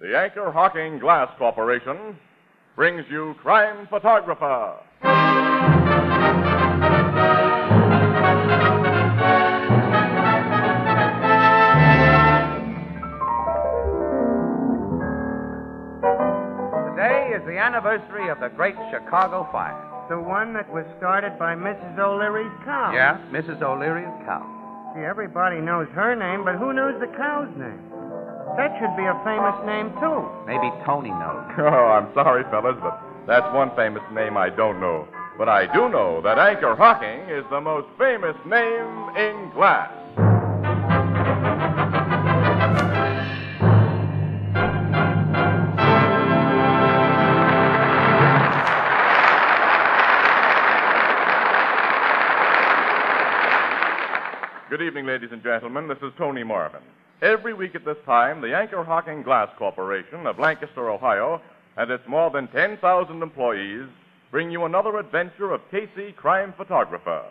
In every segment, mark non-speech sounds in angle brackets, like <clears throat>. The Anchor Hawking Glass Corporation brings you Crime Photographer. Today is the anniversary of the great Chicago fire. The one that was started by Mrs. O'Leary's cow. Mrs. O'Leary's cow. See, everybody knows her name, but who knows the cow's name? That should be a famous name, too. Maybe Tony knows. <laughs> Oh, I'm sorry, fellas, but that's one famous name I don't know. But I do know that Anchor Hawking is the most famous name in glass. Good evening, ladies and gentlemen. This is Tony Marvin. Every week at this time, the Anchor Hawking Glass Corporation of Lancaster, Ohio, and its more than 10,000 employees bring you another adventure of Casey, crime photographer,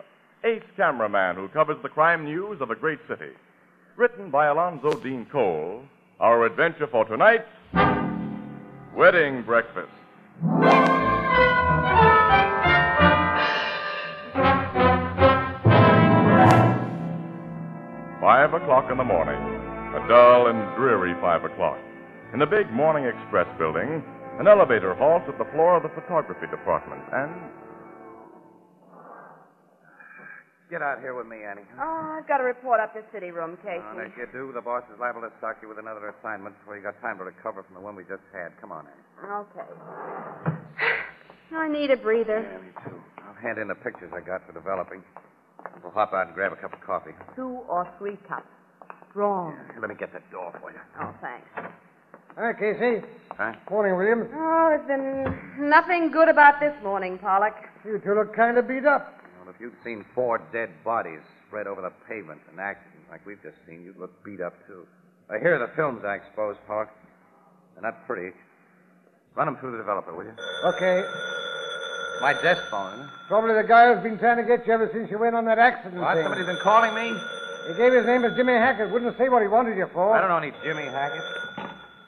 ace cameraman who covers the crime news of a great city. Written by Alonzo Dean Cole, our adventure for tonight Wedding Breakfast. Five o'clock in the morning. A dull and dreary five o'clock. In the big Morning Express building, an elevator halts at the floor of the photography department, and Get out here with me, Annie. Oh, I've got to report up to City Room, Casey. And if you do, the boss is liable to stock you with another assignment before you got time to recover from the one we just had. Come on, Annie. Okay. I need a breather. me too. I'll hand in the pictures I got for developing. We'll hop out and grab a cup of coffee. Two or three cups. Strong. Let me get that door for you. Oh, thanks. Hi, Casey. Huh? Morning, William. Oh, there's been nothing good about this morning, Pollock. You two look kind of beat up. Well, if you'd seen four dead bodies spread over the pavement in accident like we've just seen, you'd look beat up, too. I hear the films I exposed, Park. They're not pretty. Run them through the developer, will you? Okay. My desk phone, isn't it? Probably the guy who's been trying to get you ever since you went on that accident What? thing. Somebody's been calling me? He gave his name as Jimmy Hackett. Wouldn't say what he wanted you for. I don't know any Jimmy Hackett.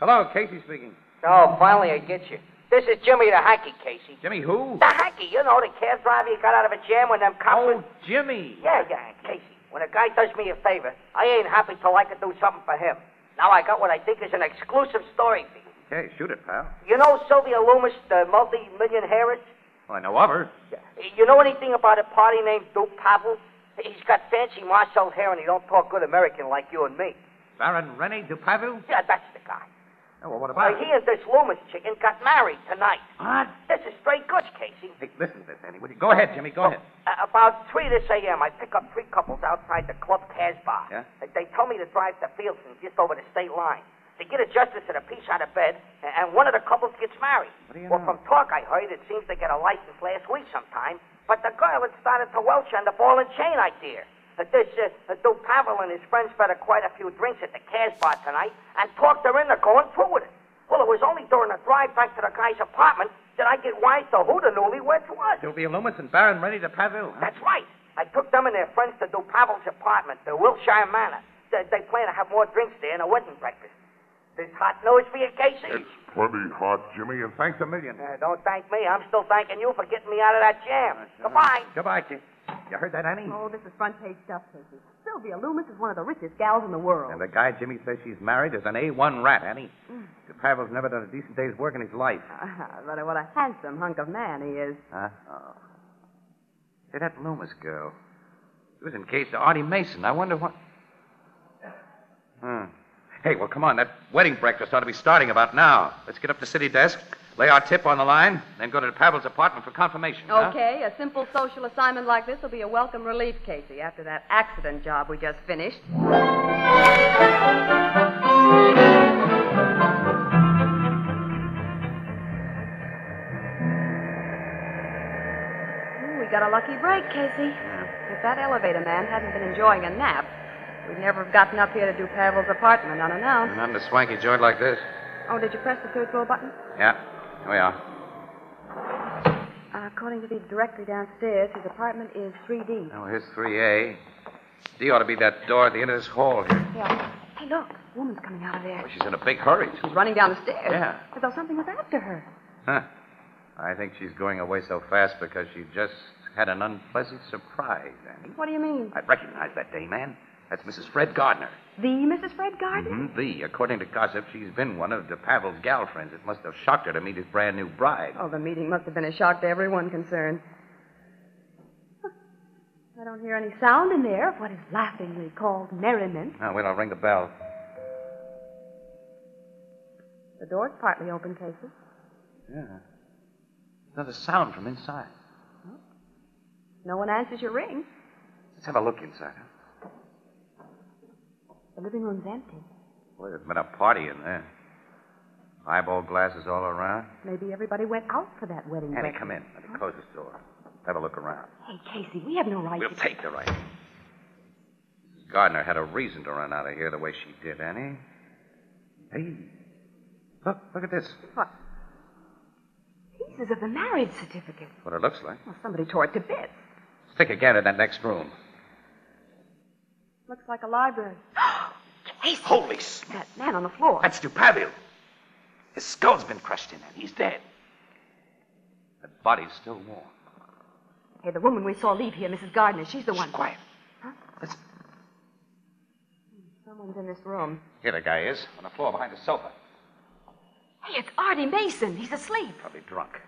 Hello, Casey speaking. Oh, finally I get you. This is Jimmy the Hacky, Casey. Jimmy who? The Hacky, you know, the cab driver you got out of a jam when them cops... Oh, Jimmy. Yeah, yeah, Casey. When a guy does me a favor, I ain't happy till I can do something for him. Now I got what I think is an exclusive story for you. Hey, shoot it, pal. You know Sylvia Loomis, the multi-million heiress? Well, I know of her. You know anything about a party named Duke Pavel? He's got fancy Marcel hair and he don't talk good American like you and me. Baron Rene Dupavu? Yeah, that's the guy. Oh, well, what Well, about he and this Loomis chicken got married tonight. What? This is straight goods, Casey. Hey, listen to this, Annie, will you? Go ahead, Jimmy, go ahead. Uh, about 3 this a.m., I pick up three couples outside the club Casbah. Yeah? They, they told me to drive to Fieldson, just over the state line. They get a justice and a piece out of bed, a- and one of the couples gets married. What do you well, know? from talk I heard, it seems they got a license last week sometime, but the girl had started to welch on the ball and chain idea. Uh, This uh, Duke Pavel and his friends fed her quite a few drinks at the Casbah tonight and talked her into going through with it. Well, it was only during the drive back to the guy's apartment that I get wise to who the newlyweds was. Sylvia Loomis and Baron Rene Dupavu. That's right. I took them and their friends to Dupavel's apartment, the Wilshire Manor. They, they plan to have more drinks there and a wedding breakfast. This hot news for you, Casey? Plenty hot, Jimmy, and thanks a million. Uh, don't thank me. I'm still thanking you for getting me out of that jam. Goodbye. Goodbye, Jim. You heard that, Annie? Oh, this is front page stuff, Casey. Sylvia Loomis is one of the richest gals in the world. And the guy Jimmy says she's married is an A1 rat, Annie. Dupavu's never done a decent day's work in his life. Ah, Mm. <laughs> but what a handsome hunk of man he is. Huh? Oh. Hey, that Loomis girl. She was engaged to Artie Mason. I wonder what. Hmm. Hey, well, come on. That wedding breakfast ought to be starting about now. Let's get up to city desk, lay our tip on the line, then go to Pavel's apartment for confirmation. huh? Okay, a simple social assignment like this will be a welcome relief, Casey, after that accident job we just finished. Ooh, we got a lucky break, Casey. If that elevator man hadn't been enjoying a nap, we'd never have gotten up here to do Pavel's apartment unannounced. Not in a swanky joint like this. Oh, did you press the third floor button? Yeah, here we are. Uh, according to the directory downstairs, his apartment is 3D. Oh, here's 3A. D ought to be that door at the end of this hall here. Yeah. Hey, look. Woman's coming out of there. Well, she's in a big hurry. She's running down the stairs. Yeah. As though something was after her. Huh. I think she's going away so fast because she just had an unpleasant surprise, Annie. What do you mean? I recognize that day, man. That's Msis. Fred Gardner. The Mrs. Fred Gardner? Mhm, The, according to gossip, she's been one of DePavel's gal friends. It must have shocked her to meet his brand new bride. Oh, the meeting must have been a shock to everyone concerned. Huh. I don't hear any sound in there of what is laughingly called merriment. Now, wait, Oh, I'll ring the bell. The door's partly open, Casey. Yeah. Another sound from inside. No one answers your ring. Let's have a look inside. Huh? The living room's empty. Boy, there's been a party in there. Eyeball glasses all around. Maybe everybody went out for that wedding. Annie, breakfast. come in. Let me close this door. Have a look around. Hey, Casey, we have no right We'll to. take the right. Gardner had a reason to run out of here the way she did, Annie. Hey, look, look at this. What? Pieces of the marriage certificate. What it looks like. Well, somebody tore it to bits. Stick again in that next room. Looks like a library. Casey! Holy smoke! That man on the floor. That's Dupaville. His skull's been crushed in and he's dead. That body's still warm. Hey, the woman we saw leave here, Mrs. Gardner, she's the one. Shh, quiet. Listen. Someone's in this room. Here the guy is, on the floor behind the sofa. Hey, it's Artie Mason. He's asleep. Probably drunk.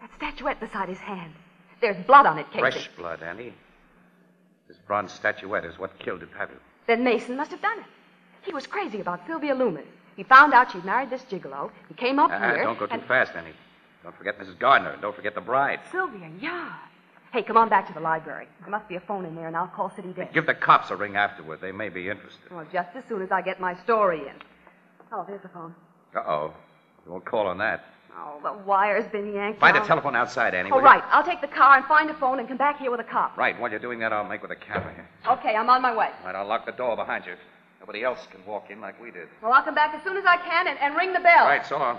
That statuette beside his hand. There's blood on it, Casey. Fresh blood, Annie. This bronze statuette is what killed Pavel. Then Mason must have done it. He was crazy about Sylvia Loomis. He found out she'd married this gigolo. He came up here. Ah, Uh-huh, don't go too and... fast, Annie. Don't forget Mrs. Gardner. and Don't forget the bride. Sylvia, yeah. Hey, come on back to the library. There must be a phone in there, and I'll call City Desk. Give the cops a ring afterward. They may be interested. Well, just as soon as I get my story in. Oh, there's the phone. Uh-oh. We won't call on that. Oh, the wire's been yanked. Find out. a telephone outside, Annie. All will you? right, I'll take the car and find a phone and come back here with a cop. Right. While you're doing that, I'll make with a camera here. Okay, I'm on my way. All right, I'll lock the door behind you. Nobody else can walk in like we did. Well, I'll come back as soon as I can and, and ring the bell. All right, so long.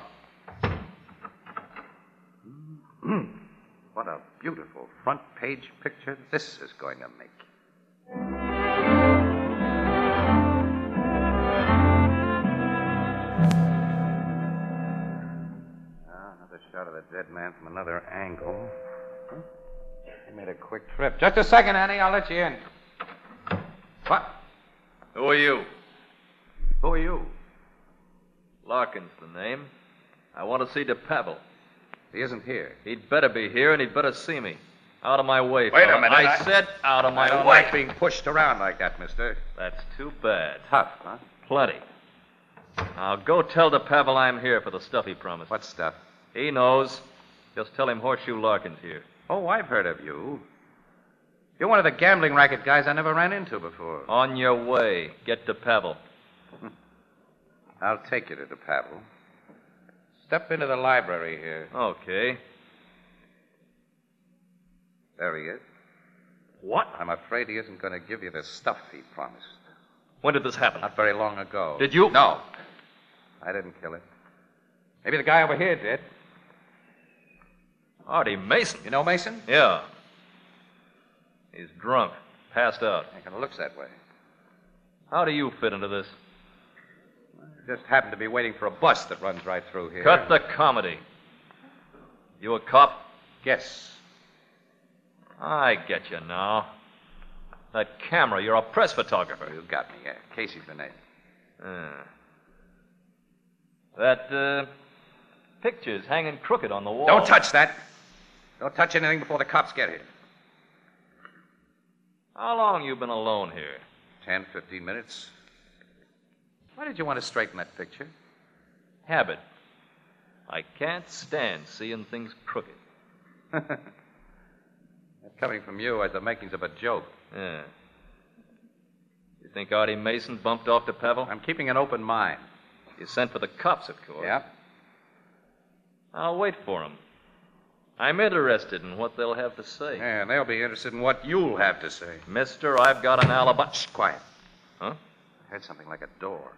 Mm. <clears throat> what a beautiful front page picture this is going to make. Ah, Another shot of the dead man from another angle. He made a quick trip. Just a second, Annie. I'll let you in. What? Who are you? Who are you? Larkin's the name. I want to see DePavel. He isn't here. He'd better be here, and he'd better see me. Out of my way. Wait a fella. minute, I, I- said out of my I don't way. like being pushed around like that, mister. That's too bad. Tough, huh? Plenty. Now go tell DePavel I'm here for the stuff he promised. What stuff? He knows. Just tell him Horseshoe Larkin's here. Oh, I've heard of you. You're one of the gambling racket guys I never ran into before. On your way. Get DePavel. <laughs> I'll take you to the Pavel. Step into the library here. Okay. There he is. What? I'm afraid he isn't going to give you the stuff he promised. When did this happen? Not very long ago. Did you? No. I didn't kill him. Maybe the guy over here did. Artie Mason. You know Mason? Yeah. He's drunk. Passed out. He kind of looks that way. How do you fit into this? Just happened to be waiting for a bus that runs right through here. Cut the comedy. You a cop? Yes. I get you now. That camera, you're a press photographer. You got me, yeah. Casey Benet. Uh. That uh, picture's hanging crooked on the wall. Don't touch that. Don't touch anything before the cops get here. How long you been alone here? Ten, fifteen minutes. Why did you want to straighten that picture? Habit. I can't stand seeing things crooked. That's coming from you as the makings of a joke. Yeah. You think Artie Mason bumped off to Pavel? I'm keeping an open mind. You sent for the cops, of course. Yeah? I'll wait for 'em. I'm interested in what they'll have to say. And they'll be interested in what you'll have to say. Mister, I've got an alibi. Shh, Quiet. Huh? I heard something like a door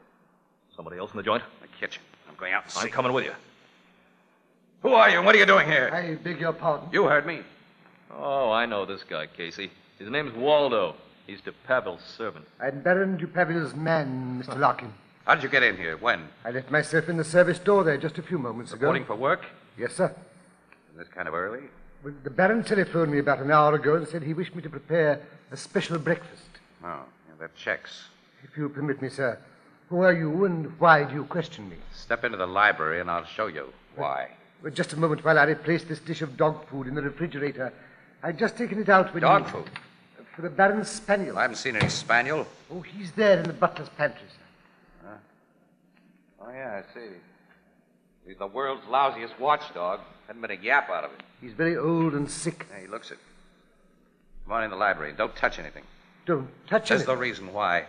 Somebody else in the joint? in the kitchen. I'm going out and see. I'm coming with you. <laughs> Who are you and what are you doing here? I beg your pardon. You heard me. Oh, I know this guy, Casey. His name's Waldo. He's DePavel's servant. I'm Baron Dupavil's man, Mr. Larkin. How did you get in here? When? I left myself in the service door there just a few moments ago. Reporting for work? Yes, sir. This kind of early? Well, the Baron telephoned me about an hour ago and said he wished me to prepare a special breakfast. Oh, yeah, that checks. If you permit me, sir, who are you and why do you question me? Step into the library and I'll show you why. Well, just a moment while I replace this dish of dog food in the refrigerator. I'd just taken it out when Dog you... food? For the Baron's spaniel. I haven't seen any spaniel. Oh, he's there in the butler's pantry, sir. Oh, yeah, I see. He's the world's lousiest watchdog. Hadn't been a yap out of him. He's very old and sick. Yeah, he looks it. Come on in the library. Don't touch anything. Don't touch There's him. the reason why.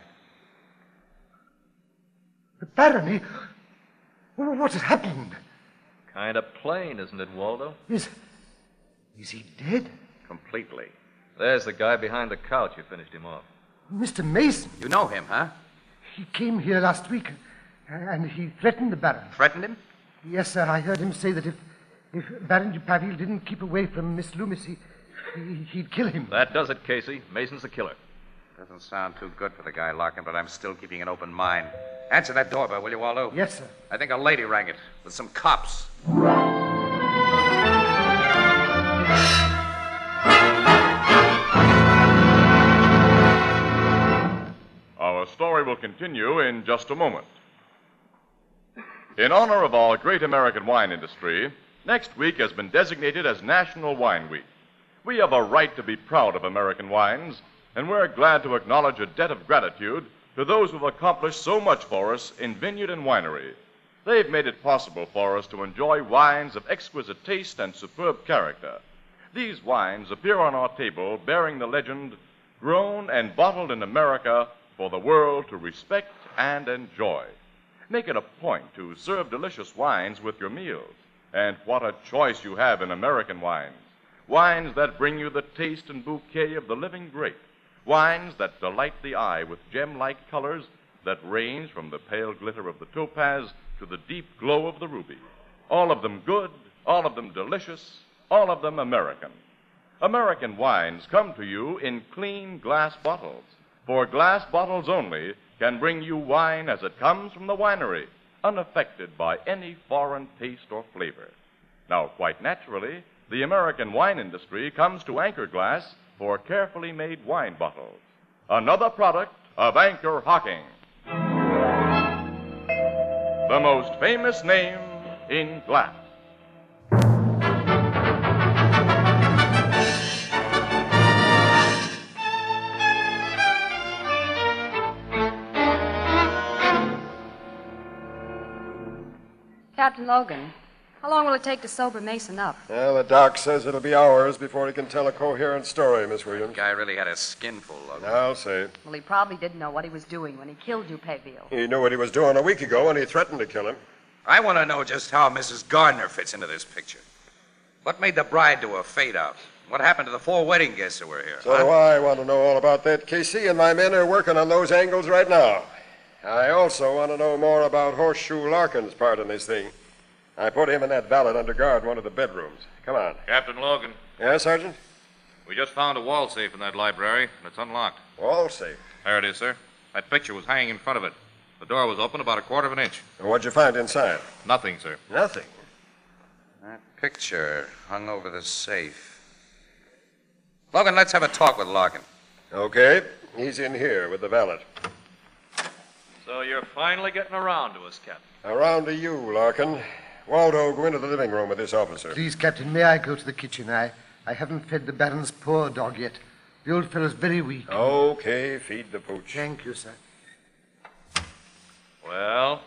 The Baron, he... Well, what has happened? Kind of plain, isn't it, Waldo? Is... Is he dead? Completely. There's the guy behind the couch. You finished him off. Mr. Mason, You know him, huh? he came here last week, uh, and he threatened the Baron. Threatened him? Yes, sir, I heard him say that if, if Baron Dupaville didn't keep away from Miss Loomis, he, he, he'd kill him. That does it, Casey. Mason's the killer. Doesn't sound too good for the guy locking, but I'm still keeping an open mind. Answer that doorbell, will you, Waldo? Yes, sir. I think a lady rang it with some cops. Our story will continue in just a moment. In honor of our great American wine industry, next week has been designated as National Wine Week. We have a right to be proud of American wines, and we're glad to acknowledge a debt of gratitude to those who've accomplished so much for us in vineyard and winery. They've made it possible for us to enjoy wines of exquisite taste and superb character. These wines appear on our table bearing the legend, grown and bottled in America for the world to respect and enjoy. Make it a point to serve delicious wines with your meals. And what a choice you have in American wines. Wines that bring you the taste and bouquet of the living grape. Wines that delight the eye with gem like colors that range from the pale glitter of the topaz to the deep glow of the ruby. All of them good, all of them delicious, all of them American. American wines come to you in clean glass bottles, for glass bottles only can bring you wine as it comes from the winery, unaffected by any foreign taste or flavor. Now, quite naturally, the American wine industry comes to Anchor Glass for carefully made wine bottles. Another product of Anchor Hocking. The most famous name in glass. Captain Logan, how long will it take to sober Mason up? Well, the doc says it'll be hours before he can tell a coherent story, Miss Williams. Guy really had a skinful of it. I'll say. Well, he probably didn't know what he was doing when he killed Dupaville. He knew what he was doing a week ago and he threatened to kill him. I want to know just how Mrs. Gardner fits into this picture. What made the bride do a fade out? What happened to the four wedding guests who were here? So do I want to know all about that, Casey, and my men are working on those angles right now. I also want to know more about Horseshoe Larkin's part in this thing. I put him and that valet under guard in one of the bedrooms. Come on. Captain Logan, Yes, Sergeant? we just found a wall safe in that library, and it's unlocked. All safe. There it is, sir. That picture was hanging in front of it. The door was open about a quarter of an inch. What'd you find inside? Nothing, sir. Nothing. That picture hung over the safe. Logan, let's have a talk with Larkin. Okay. He's in here with the valet. So you're finally getting around to us, Captain. Around to you, Larkin. Waldo, go into the living room with this officer. Please, Captain, may I go to the kitchen? I, I haven't fed the Baron's poor dog yet. The old fellow's very weak. Okay, feed the pooch. Thank you, sir. Well,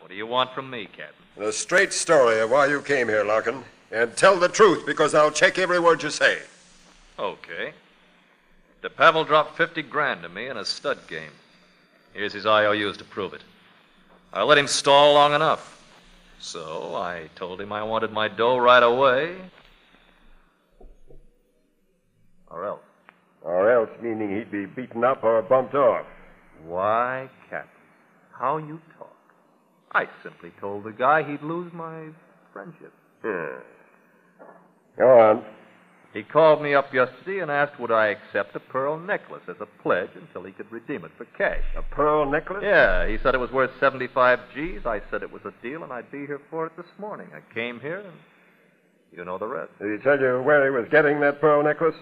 what do you want from me, Captain? The straight story of why you came here, Larkin. And tell the truth, because I'll check every word you say. Okay. De Pavel dropped 50 grand to me in a stud game. Here's his IOUs to prove it. I let him stall long enough. So I told him I wanted my dough right away. Or else. Or else, meaning he'd be beaten up or bumped off. Why, Captain, how you talk. I simply told the guy he'd lose my friendship. Hmm. Go on. He called me up yesterday and asked would I accept a pearl necklace as a pledge until he could redeem it for cash. A pearl necklace? Yeah, he said it was worth 75 G's. I said it was a deal and I'd be here for it this morning. I came here and you know the rest. Did he tell you where he was getting that pearl necklace?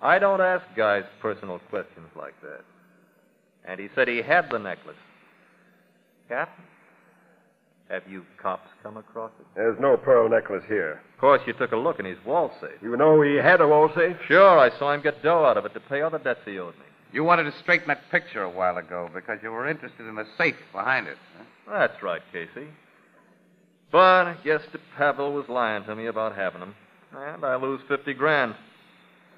I don't ask guys personal questions like that. And he said he had the necklace. Captain, have you cops come across it? There's no pearl necklace here. Of course, you took a look in his wall safe. You know he had a wall safe? Sure, I saw him get dough out of it to pay other debts he owed me. You wanted to straighten that picture a while ago because you were interested in the safe behind it. Huh? That's right, Casey. But I guess DePavel was lying to me about having him. And I lose 50 grand.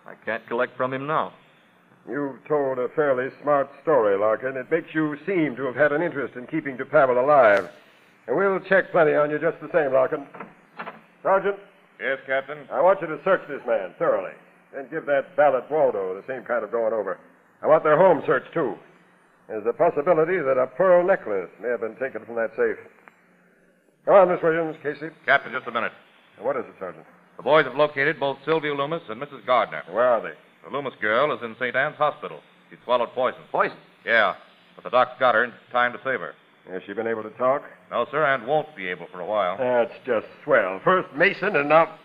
I can't collect from him now. You've told a fairly smart story, Larkin. It makes you seem to have had an interest in keeping DePavel alive. And we'll check plenty on you just the same, Larkin. Sergeant? Yes, Captain? I want you to search this man thoroughly. And give that ballot Waldo the same kind of going over. I want their home searched, too. There's a possibility that a pearl necklace may have been taken from that safe. Come on, Miss Williams, Casey. Captain, just a minute. What is it, Sergeant? The boys have located both Sylvia Loomis and Mrs. Gardner. Where are they? The Loomis girl is in St. Anne's Hospital. She swallowed poison. Poison? Yeah, but the doc's got her in time to save her. Has she been able to talk? No, sir, and won't be able for a while. That's just swell. First Mason and now.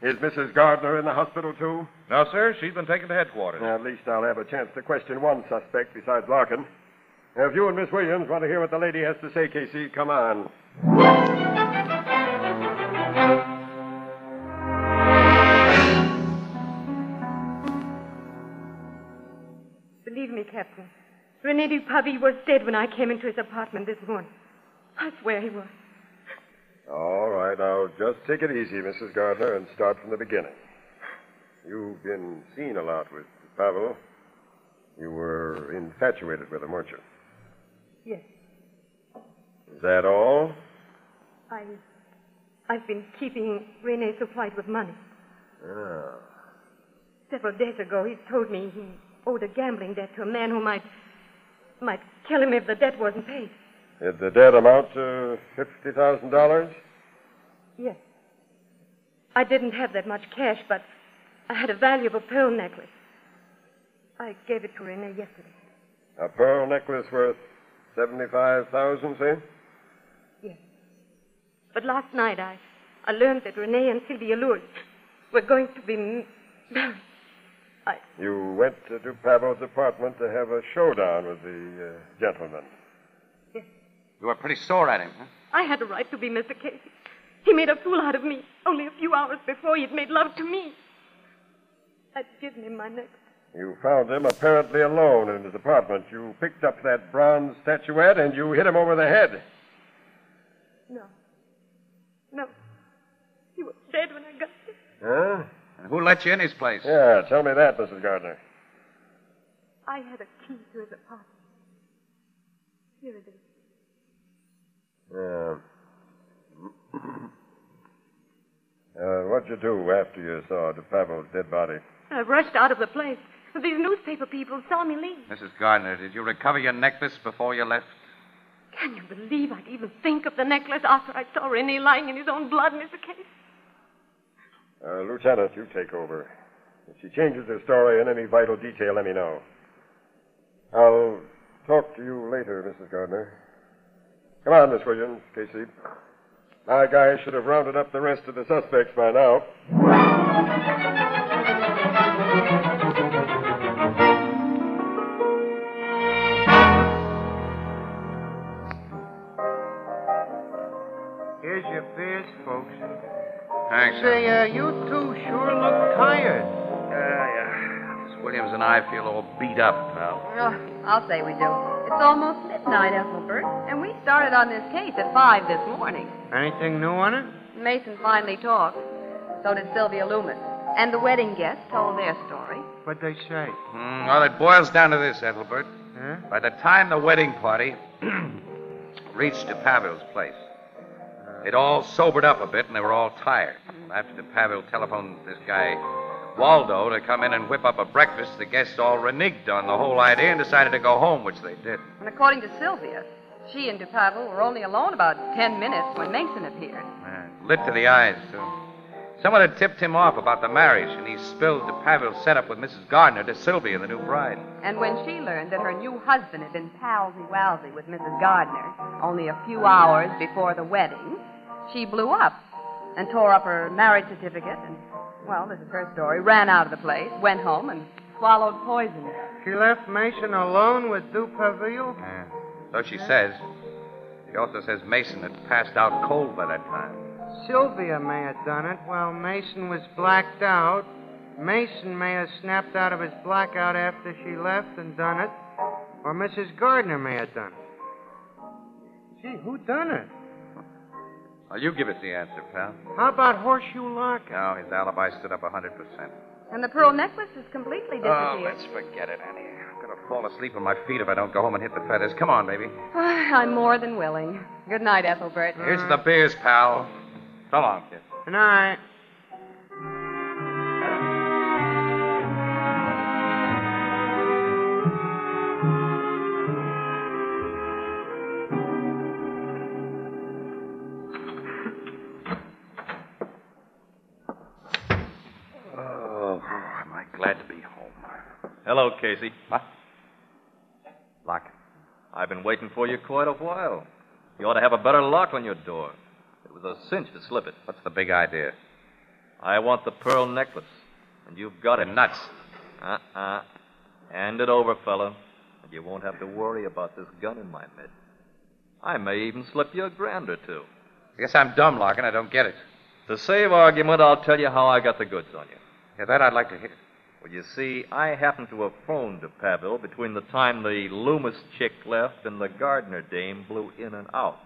Is Mrs. Gardner in the hospital, too? No, sir. She's been taken to headquarters. Now, at least I'll have a chance to question one suspect besides Larkin. Now, if you and Miss Williams want to hear what the lady has to say, Casey, come on. Believe me, Captain. Rene Dupavi was dead when I came into his apartment this morning. I swear he was. All right, now just take it easy, Mrs. Gardner, and start from the beginning. You've been seen a lot with Pavel. You were infatuated with him, weren't you? Yes. Is that all? I, I've been keeping Rene supplied with money. Ah. Several days ago, he told me he owed a gambling debt to a man who might, might kill him if the debt wasn't paid. Did the debt amount to $50,000? Yes. I didn't have that much cash, but I had a valuable pearl necklace. I gave it to Rene yesterday. A pearl necklace worth 75000 say? Yes. But last night I, I learned that Rene and Sylvia Lewis were going to be married. I... You went to DuPavel's apartment to have a showdown with the uh, gentleman. Yes. You were pretty sore at him, huh? I had a right to be, Mr. Casey. He made a fool out of me only a few hours before he'd made love to me. I'd given him my necklace. You found him apparently alone in his apartment. You picked up that bronze statuette and you hit him over the head. No. No. He was dead when I got there. Huh? And who let you in his place? Yeah, tell me that, Mrs. Gardner. I had a key to his apartment. Here it is. Yeah. uh, what'd you do after you saw DePavel's dead body? I rushed out of the place. These newspaper people saw me leave. Mrs. Gardner, did you recover your necklace before you left? Can you believe I'd even think of the necklace after I saw Rennie lying in his own blood, Mr. Case? Uh, Lieutenant, you take over. If she changes her story in any vital detail, let me know. I'll talk to you later, Mrs. Gardner. Come on, Miss Williams, Casey. My guys should have rounded up the rest of the suspects by now. Here's your beers, folks. Thanks. Say, uh, you two sure look tired. Yeah, yeah. Miss Williams and I feel all beat up, pal. Well, Oh, I'll say we do. It's almost midnight, Ethelbert, and we started on this case at 5 this morning. Anything new on it? Mason finally talked. So did Sylvia Loomis. And the wedding guests told their story. What'd they say? Mm, well, it boils down to this, Ethelbert. Huh? By the time the wedding party <clears throat> reached DePavel's place, They'd all sobered up a bit, and they were all tired. After the Pavel telephoned this guy Waldo to come in and whip up a breakfast, the guests all reneged on the whole idea and decided to go home, which they did. And according to Sylvia, she and DePavel were only alone about ten minutes when Mason appeared. Uh, lit to the eyes, too. Someone had tipped him off about the marriage, and he spilled de Pavil's setup with Mrs. Gardner to Sylvia, the new bride. And when she learned that her new husband had been palsy-walsy with Mrs. Gardner only a few hours before the wedding, she blew up and tore up her marriage certificate and, well, this is her story, ran out of the place, went home, and swallowed poison. <sighs> She left Mason alone with Duperville? Yeah. So she says. She also says Mason had passed out cold by that time. Sylvia may have done it while Mason was blacked out. Mason may have snapped out of his blackout after she left and done it. Or Mrs. Gardner may have done it. Gee, who done it? Well, you give us the answer, pal. How about Horseshoe Larkin? No, his alibi stood up 100%. And the pearl necklace is completely Oh, disappeared. let's forget it, Annie. I'm going to fall asleep on my feet if I don't go home and hit the feathers. Come on, baby. Mm. I'm more than willing. Good night, Ethelbert. Here's the beers, pal. So long, kid. Good night. Oh, am I glad to be home. Hello, Casey. What? Lock. I've been waiting for you quite a while. You ought to have a better lock on your door. It was a cinch to slip it. What's the big idea? I want the pearl necklace, and you've got it. nuts. Uh-uh. Hand it over, fella, and you won't have to worry about this gun in my mitt. I may even slip you a grand or two. I guess I'm dumb, Larkin. I don't get it. To save argument, I'll tell you how I got the goods on you. Yeah, that I'd like to hear. Well, you see, I happened to have phoned to Pavel between the time the Loomis chick left and the Gardner dame blew in and out.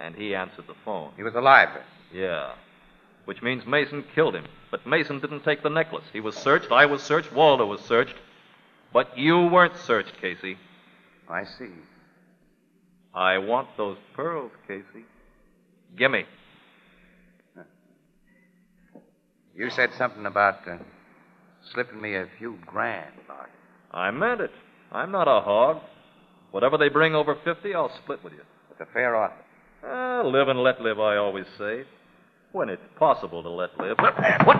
And he answered the phone. He was alive. Yeah. Which means Mason killed him. But Mason didn't take the necklace. He was searched, I was searched, Waldo was searched. But you weren't searched, Casey. I see. I want those pearls, Casey. Gimme. You said something about uh, slipping me a few grand, Larkin. I meant it. I'm not a hog. Whatever they bring over 50, I'll split with you. It's a fair offer. Ah, live and let live, I always say. When it's possible to let live. Eh, What?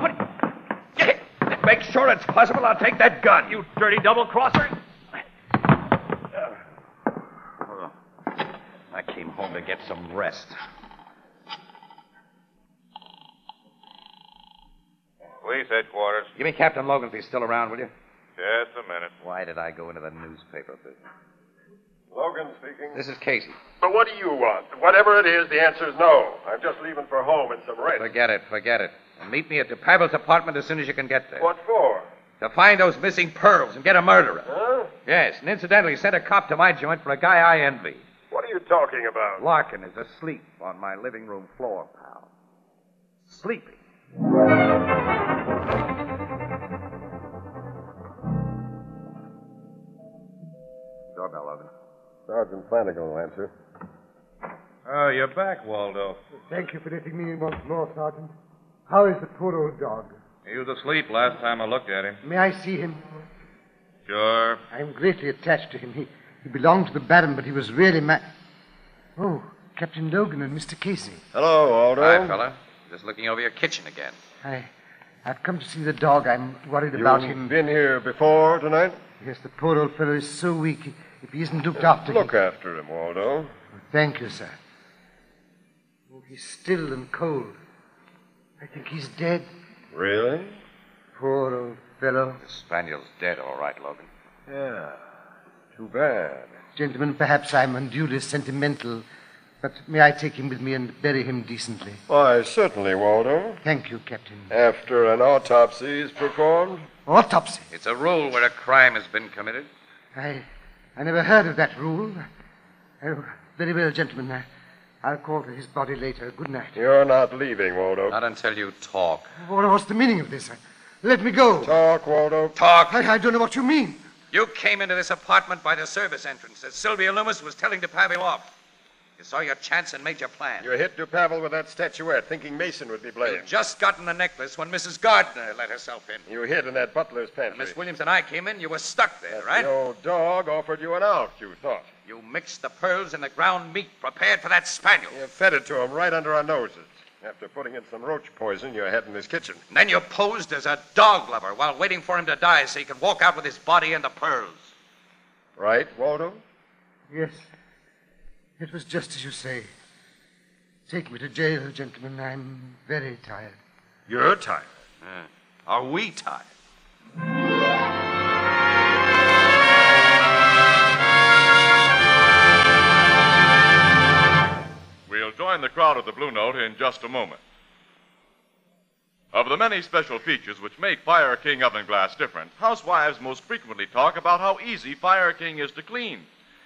What? Make sure it's possible. I'll take that gun. You dirty double crosser. Hold on. I came home to get some rest. Police headquarters. Give me Captain Logan if he's still around, will you? Just a minute. Why did I go into the newspaper business? Logan speaking. This is Casey. But what do you want? Whatever it is, the answer's no. I'm just leaving for home and some rest. Forget it, forget it. And meet me at DePable's apartment as soon as you can get there. What for? To find those missing pearls and get a murderer. Huh? Yes, and incidentally, sent a cop to my joint for a guy I envy. What are you talking about? Larkin is asleep on my living room floor, pal. Sleeping. Doorbell oven. Sergeant Flanagan will answer. Oh, you're back, Waldo. Thank you for letting me in once more, Sergeant. How is the poor old dog? He was asleep last time I looked at him. May I see him? Sure. I am greatly attached to him. He, he belonged to the Baron, but he was really my. Oh, Captain Logan and Mr. Casey. Hello, Aldo. Hi, fella. Just looking over your kitchen again. I, I've come to see the dog. I'm worried You've about him. been here before tonight? Yes, the poor old fellow is so weak. He- If he isn't looked after, Look after him, Waldo. he- Thank you, sir. Oh, he's still and cold. I think he's dead. Really? Poor old fellow. The spaniel's dead, all right, Logan. Yeah. Too bad. Gentlemen, perhaps I'm unduly sentimental, but may I take him with me and bury him decently? Why, certainly, Waldo. Thank you, Captain. After an autopsy is performed? Autopsy. It's a rule where a crime has been committed. I, I never heard of that rule. Oh, very well, gentlemen. I, I'll call for his body later. Good night. You're not leaving, Waldo. Not until you talk. What, what's the meaning of this? Let me go. Talk, Waldo. Talk. I, I don't know what you mean. You came into this apartment by the service entrance as Sylvia Loomis was telling DePavel off. You saw your chance and made your plan. You hit DuPavel with that statuette, thinking Mason would be You blamed. just gotten the necklace when Mrs. Gardner let herself in. You hid in that butler's pantry. Miss Williams and I came in. You were stuck there, right? The old dog offered you an out, you thought. You mixed the pearls and the ground meat prepared for that spaniel. You fed it to him right under our noses. After putting in some roach poison you had in his kitchen. And then you posed as a dog lover while waiting for him to die so you could walk out with his body and the pearls. Right, Waldo? Yes. It was just as you say. Take me to jail, gentlemen. I'm very tired. You're tired. Are we tired? We'll join the crowd at the Blue Note in just a moment. Of the many special features which make Fire King oven glass different, housewives most frequently talk about how easy Fire King is to clean.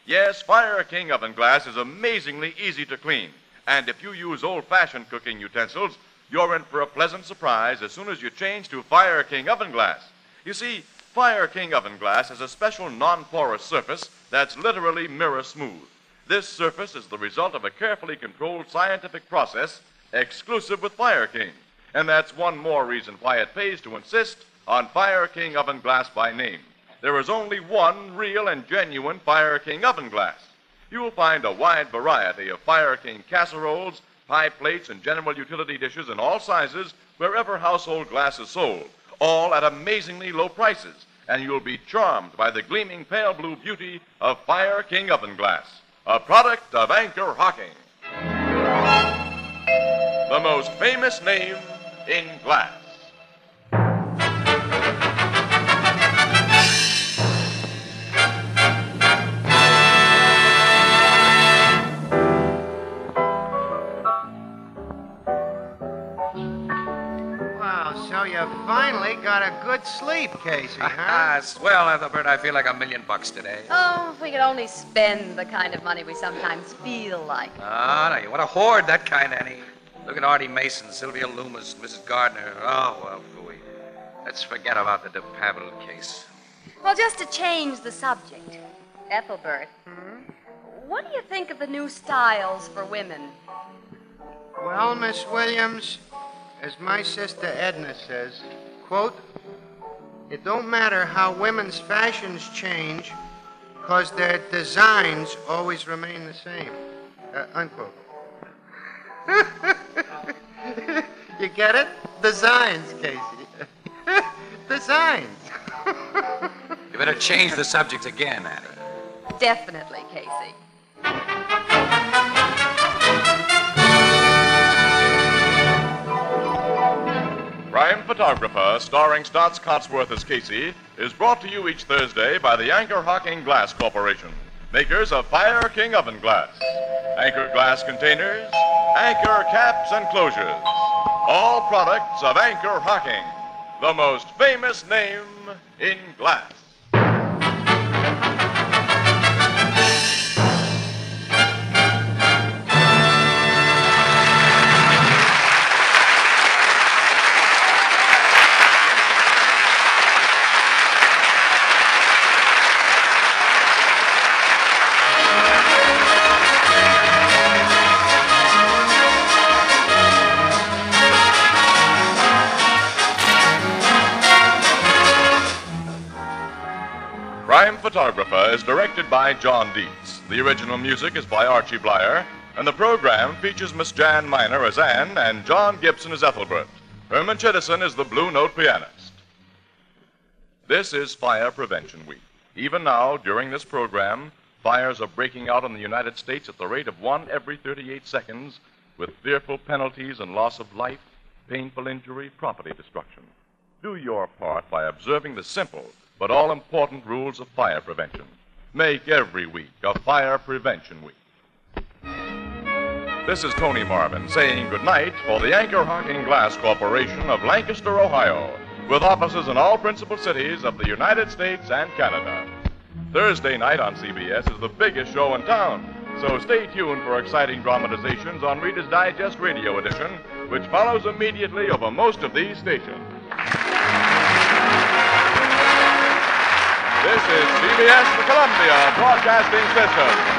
Yes, Fire King oven glass is amazingly easy to clean. And if you use old fashioned cooking utensils, you're in for a pleasant surprise as soon as you change to Fire King oven glass. You see, Fire King oven glass has a special non porous surface that's literally mirror smooth. This surface is the result of a carefully controlled scientific process exclusive with Fire King. And that's one more reason why it pays to insist on Fire King oven glass by name. There is only one real and genuine Fire King oven glass. You will find a wide variety of Fire King casseroles, pie plates, and general utility dishes in all sizes wherever household glass is sold, all at amazingly low prices. And you'll be charmed by the gleaming pale blue beauty of Fire King oven glass a product of Anchor Hocking. The most famous name in glass. Well, so you finally got a good sleep, Casey, huh? Ah, swell, Ethelbert. I feel like a million bucks today. Oh, if we could only spend the kind of money we sometimes feel like. Ah, no, you want to hoard that kind, Annie. Look at Artie Mason, Sylvia Loomis, Mrs. Gardner. Oh, well, phooey. Let's forget about the DePavel case. Well, just to change the subject, Ethelbert, what do you think of the new styles for women? Well, Miss Williams, as my sister Edna says, quote, it don't matter how women's fashions change, because their designs always remain the same. Uh, unquote. <laughs> you get it? Designs, Casey. <laughs> Designs. You better change the subject again, Annie. Definitely, Casey. Crime Photographer, starring Stotts Cotsworth as Casey, is brought to you each Thursday by the Anchor Hocking Glass Corporation, makers of Fire King oven glass, Anchor glass containers, Anchor caps and closures. All products of Anchor Hocking, the most famous name in glass. Crime Photographer is directed by John Dietz. The original music is by Archie Blyer, and the program features Miss Jan Miner as Anne and John Gibson as Ethelbert. Herman Chittison is the Blue Note pianist. This is Fire Prevention Week. Even now, during this program, fires are breaking out in the United States at the rate of one every 38 seconds, with fearful penalties and loss of life, painful injury, property destruction. Do your part by observing the simple but all important rules of fire prevention. Make every week a Fire Prevention Week. This is Tony Marvin saying goodnight for the Anchor Hocking Glass Corporation of Lancaster, Ohio, with offices in all principal cities of the United States and Canada. Thursday night on CBS is the biggest show in town, so stay tuned for exciting dramatizations on Reader's Digest Radio Edition, which follows immediately over most of these stations. This is CBS, the Columbia Broadcasting System.